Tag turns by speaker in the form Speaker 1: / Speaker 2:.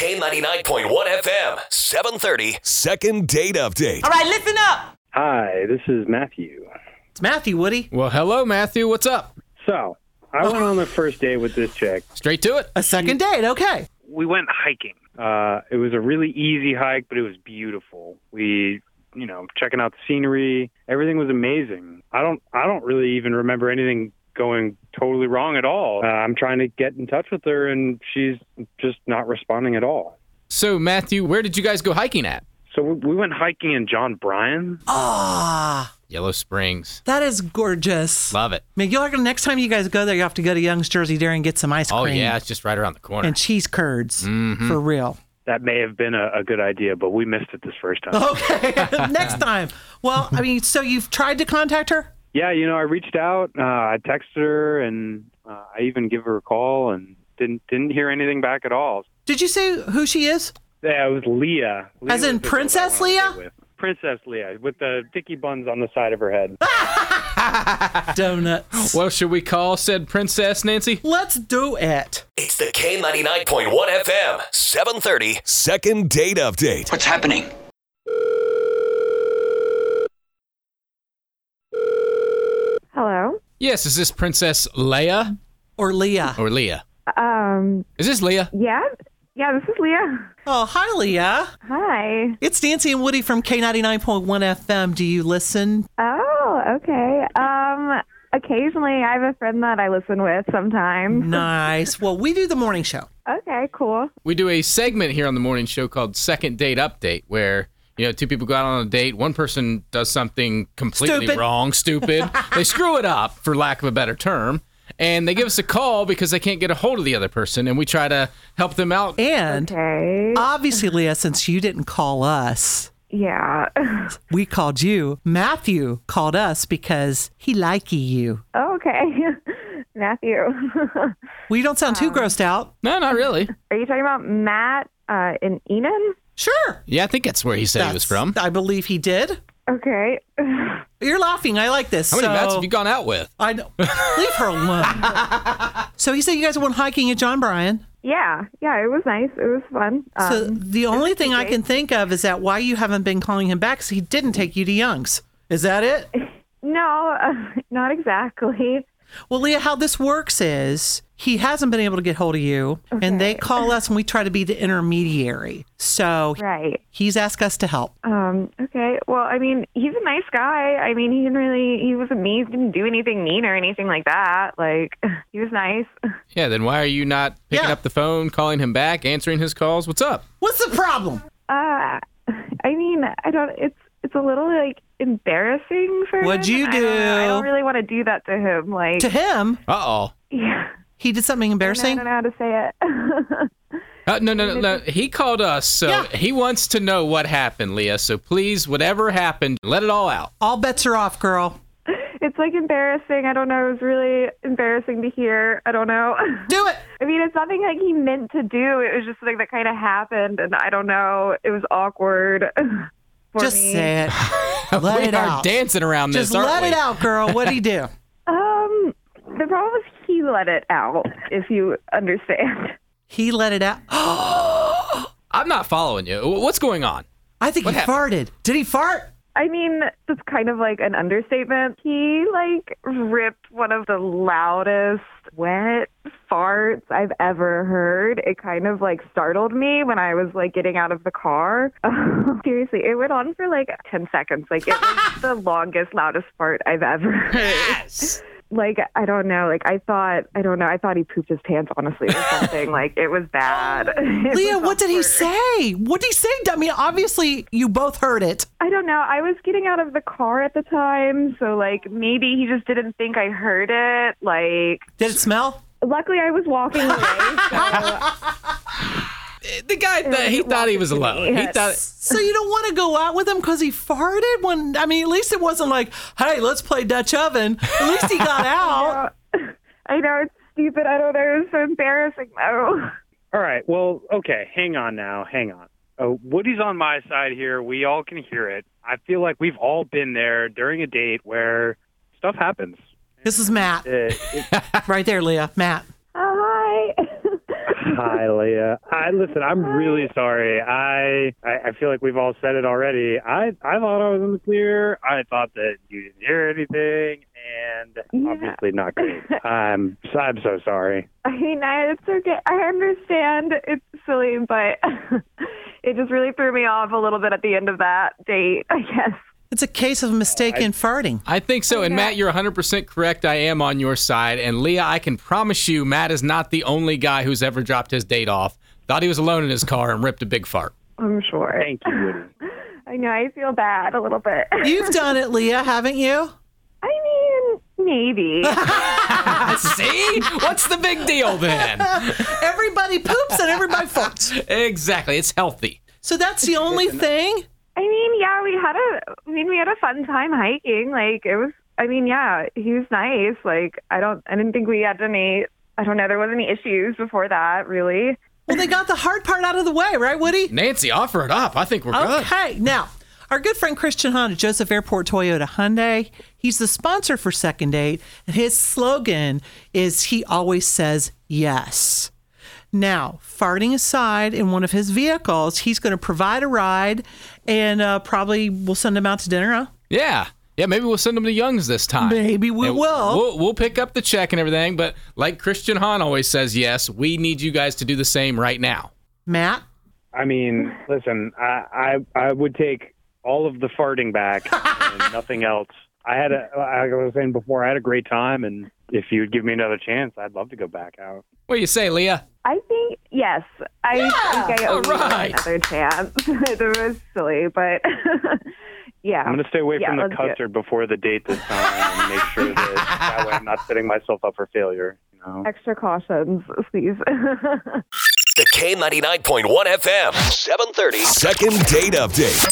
Speaker 1: K99.1 FM, 730.
Speaker 2: Second date update.
Speaker 3: All right, listen up.
Speaker 4: Hi, this is Matthew.
Speaker 3: It's Matthew Woody.
Speaker 5: Well, hello, Matthew. What's up?
Speaker 4: So, I went on the first date with this chick.
Speaker 5: Straight to it.
Speaker 3: A second date, okay.
Speaker 4: We went hiking. Uh, it was a really easy hike, but it was beautiful. We, you know, checking out the scenery. Everything was amazing. I don't, I don't really even remember anything going totally wrong at all. Uh, I'm trying to get in touch with her, and she's just not responding at all.
Speaker 5: So, Matthew, where did you guys go hiking at?
Speaker 4: So we, we went hiking in John Bryan.
Speaker 3: Ah,
Speaker 5: Yellow Springs.
Speaker 3: that is gorgeous.
Speaker 5: Love it.
Speaker 3: I mean, you're, next time you guys go there, you have to go to Young's Jersey Dairy and get some ice
Speaker 5: Oh,
Speaker 3: cream
Speaker 5: yeah, Mm-hmm. it's just right around the corner.
Speaker 3: and cheese curds for real.
Speaker 4: That may have been a, a good idea, but we missed it this first time.
Speaker 3: Okay, next time. Well, I mean, so you've tried to contact her?
Speaker 4: Yeah, you know, I reached out, uh, I texted her, and uh, I even gave her a call, and didn't didn't hear anything back at all.
Speaker 3: Did you say who she is?
Speaker 4: Yeah, it was Leah. Leah
Speaker 3: As in
Speaker 4: was the girl
Speaker 3: Princess
Speaker 4: I wanted to
Speaker 3: Leah?
Speaker 4: date with. Princess Leah, with the dicky buns on the side of her head.
Speaker 3: Donuts.
Speaker 5: well, should we call said Princess Nancy?
Speaker 3: Let's do it.
Speaker 1: It's the K99.1 FM, 730.
Speaker 2: Second date update.
Speaker 6: What's happening?
Speaker 7: Hello.
Speaker 5: Yes, is this Princess Leia
Speaker 3: Or Leah.
Speaker 5: or Leah?
Speaker 7: Um.
Speaker 5: Is this Leah?
Speaker 7: Yeah. Yeah. This is Leah.
Speaker 3: Oh, hi, Leah.
Speaker 7: Hi.
Speaker 3: It's Nancy and Woody from K99.1 FM. Do you listen?
Speaker 7: Oh. Okay. Um. Occasionally, I have a friend that I listen with sometimes.
Speaker 3: Nice. Well, we do the morning show.
Speaker 7: Okay. Cool.
Speaker 5: We do a segment here on the morning show called Second Date Update where. You know, two people go out on a date. One person does something completely
Speaker 3: Stupid.
Speaker 5: wrong, stupid. they screw it up, for lack of a better term, and they give us a call because they can't get a hold of the other person, and we try to help them out.
Speaker 3: And
Speaker 7: Okay.
Speaker 3: obviously, Leah, since you didn't call us,
Speaker 7: Yeah.
Speaker 3: we called you. Matthew called us because he likey you.
Speaker 7: Oh, okay. Matthew.
Speaker 3: Well, you don't sound too grossed out.
Speaker 5: No, not really.
Speaker 7: Are you talking about Matt uh, and Enan?
Speaker 3: Sure.
Speaker 5: Yeah, I think that's where he said he was
Speaker 3: That's-
Speaker 5: from.
Speaker 3: I believe he did.
Speaker 7: Okay.
Speaker 3: You're laughing. I like this.
Speaker 5: How many
Speaker 3: so
Speaker 5: mats have you gone out with?
Speaker 3: I know. Leave her alone. so he said you guys went hiking at John Bryan.
Speaker 7: yeah. Yeah. It was nice. It was fun. Um,
Speaker 3: So the only thing I can think of is that why you haven't been calling him back is he didn't take you to Young's. Is that it?
Speaker 7: no, uh, not exactly.
Speaker 3: Well, Leah, how this works is he hasn't been able to get hold of you, and they call us, and we try to be the intermediary. So
Speaker 7: Right.
Speaker 3: he's asked us to help.
Speaker 7: Um, okay. Well, I mean, he's a nice guy. I mean, he didn't really, he wasn't mean, he didn't do anything mean or anything like that. Like, he was nice.
Speaker 5: Yeah, then why are you not picking
Speaker 3: Yeah.
Speaker 5: up the phone, calling him back, answering his calls? What's up?
Speaker 3: What's the problem?
Speaker 7: Uh, I mean, I don't, it's, it's a little like embarrassing for
Speaker 3: What'd
Speaker 7: him.
Speaker 3: you
Speaker 7: I don't, know. I
Speaker 3: do?
Speaker 7: don't really want to do that to him. Like,
Speaker 3: To him,
Speaker 5: Uh oh.
Speaker 7: yeah.
Speaker 3: he did something
Speaker 7: I
Speaker 3: embarrassing.
Speaker 7: don't know how to say it.
Speaker 5: Uh, no, no, no, no. He called us, so
Speaker 3: Yeah.
Speaker 5: he wants to know what happened, Leah. So please, whatever happened, let it all out.
Speaker 3: All bets are off, girl.
Speaker 7: it's like embarrassing. I don't know. It was really embarrassing to hear. I don't know.
Speaker 3: Do it.
Speaker 7: I mean, it's nothing like he meant to do. It was just something that kind of happened, and I don't know. It was awkward. For
Speaker 3: Just
Speaker 7: me.
Speaker 3: say it. Let
Speaker 5: we
Speaker 3: it
Speaker 5: are
Speaker 3: out.
Speaker 5: dancing around
Speaker 3: Just
Speaker 5: this, aren't
Speaker 3: let
Speaker 5: we?
Speaker 3: it out, girl. What'd he do?
Speaker 7: Um, the problem is he let it out. If you understand.
Speaker 3: He let it out.
Speaker 5: I'm not following you. Wh- What's going on?
Speaker 3: I think
Speaker 5: What
Speaker 3: he farted. Did he fart?
Speaker 7: I mean, that's kind of like an understatement. He like ripped one of the loudest wet farts I've ever heard. It kind of like startled me when I was like getting out of the car. Seriously, it went on for like 10 seconds. Like it was the longest, loudest fart I've ever heard.
Speaker 5: Yes.
Speaker 7: Like, I don't know. Like I thought, I don't know. I thought he pooped his pants, honestly, or something. like it was bad. It
Speaker 3: Leah,
Speaker 7: was
Speaker 3: what did he
Speaker 7: awkward.
Speaker 3: say? What did he say? I mean, obviously, you both heard it.
Speaker 7: I don't know. I was getting out of the car at the time, so like maybe he just didn't think I heard it. Like,
Speaker 3: Did it smell?
Speaker 7: luckily I was walking away.
Speaker 5: The
Speaker 3: Uh,
Speaker 5: guy, th- he thought he was alone. He thought.
Speaker 3: So you don't want to go out with him because he farted? When I mean, at least it wasn't like, "Hey, let's play Dutch oven." At least he got out.
Speaker 7: I know it's stupid. I don't know. It was so embarrassing though.
Speaker 4: All right, well, okay, hang on now, hang on. Uh, Woody's on my side here. We all can hear it. I feel like we've all been there during a date where stuff happens.
Speaker 3: This is Matt
Speaker 4: It, it,
Speaker 3: right there, Leah. Matt.
Speaker 7: Oh, hi.
Speaker 4: Hi, Leah. I listen. I'm really sorry. I, I I feel like we've all said it already. I I thought I was in the clear. I thought that you didn't hear anything, and
Speaker 7: Yeah.
Speaker 4: obviously not great. I'm so- I'm so sorry.
Speaker 7: I mean, I, it's okay. I understand it's silly, but it just really threw me off a little bit at the end of that date, I guess.
Speaker 3: It's a case of mistaken farting.
Speaker 5: Oh, I think so. And Matt, you're 100% correct. I am on your side. And Leah, I can promise you, Matt is not the only guy who's ever dropped his date off. Thought he was alone in his car and ripped a big fart.
Speaker 7: I'm sure.
Speaker 4: Thank you, Woody.
Speaker 7: I know. I feel bad a little bit.
Speaker 3: You've done it, Leah, haven't you?
Speaker 7: I mean, maybe.
Speaker 5: See? What's the big deal then?
Speaker 3: Everybody poops and everybody farts.
Speaker 5: Exactly. It's healthy.
Speaker 3: So that's the only thing.
Speaker 7: I mean, yeah, we had a. I mean, we had a fun time hiking. Like it was. I mean, yeah, he was nice. Like I don't. I didn't think we had any. I don't know. There wasn't any issues before that, really.
Speaker 3: Well, they got the hard part out of the way, right, Woody?
Speaker 5: Nancy, offer it up. I think we're good.
Speaker 3: Okay. Now, our good friend Christian Hahn at Joseph Airport Toyota Hyundai, he's the sponsor for Second Date, and his slogan is he always says yes. Now, farting aside, in one of his vehicles, he's going to provide a ride and uh, probably we'll send him out to dinner. Huh?
Speaker 5: Yeah. Yeah, maybe we'll send them to Young's this time.
Speaker 3: Maybe we
Speaker 5: And
Speaker 3: will.
Speaker 5: We'll, we'll pick up the check and everything, but like Christian Hahn always says, yes, we need you guys to do the same right now.
Speaker 3: Matt?
Speaker 4: I mean, listen. I I, I would take all of the farting back and nothing else. I had a like I was saying before. I had a great time, and if you would give me another chance, I'd love to go back out.
Speaker 5: What do you say, Leah?
Speaker 7: I think yes. I think I
Speaker 5: All
Speaker 7: owe you
Speaker 5: right.
Speaker 7: another chance. it was silly, but yeah.
Speaker 4: I'm gonna stay away
Speaker 7: Yeah,
Speaker 4: from the
Speaker 7: let's do it.
Speaker 4: custard before the date this time and make sure that that way I'm not setting myself up for failure. You know.
Speaker 7: Extra cautions, please.
Speaker 1: The K99.1 FM, 730.
Speaker 2: Second date update.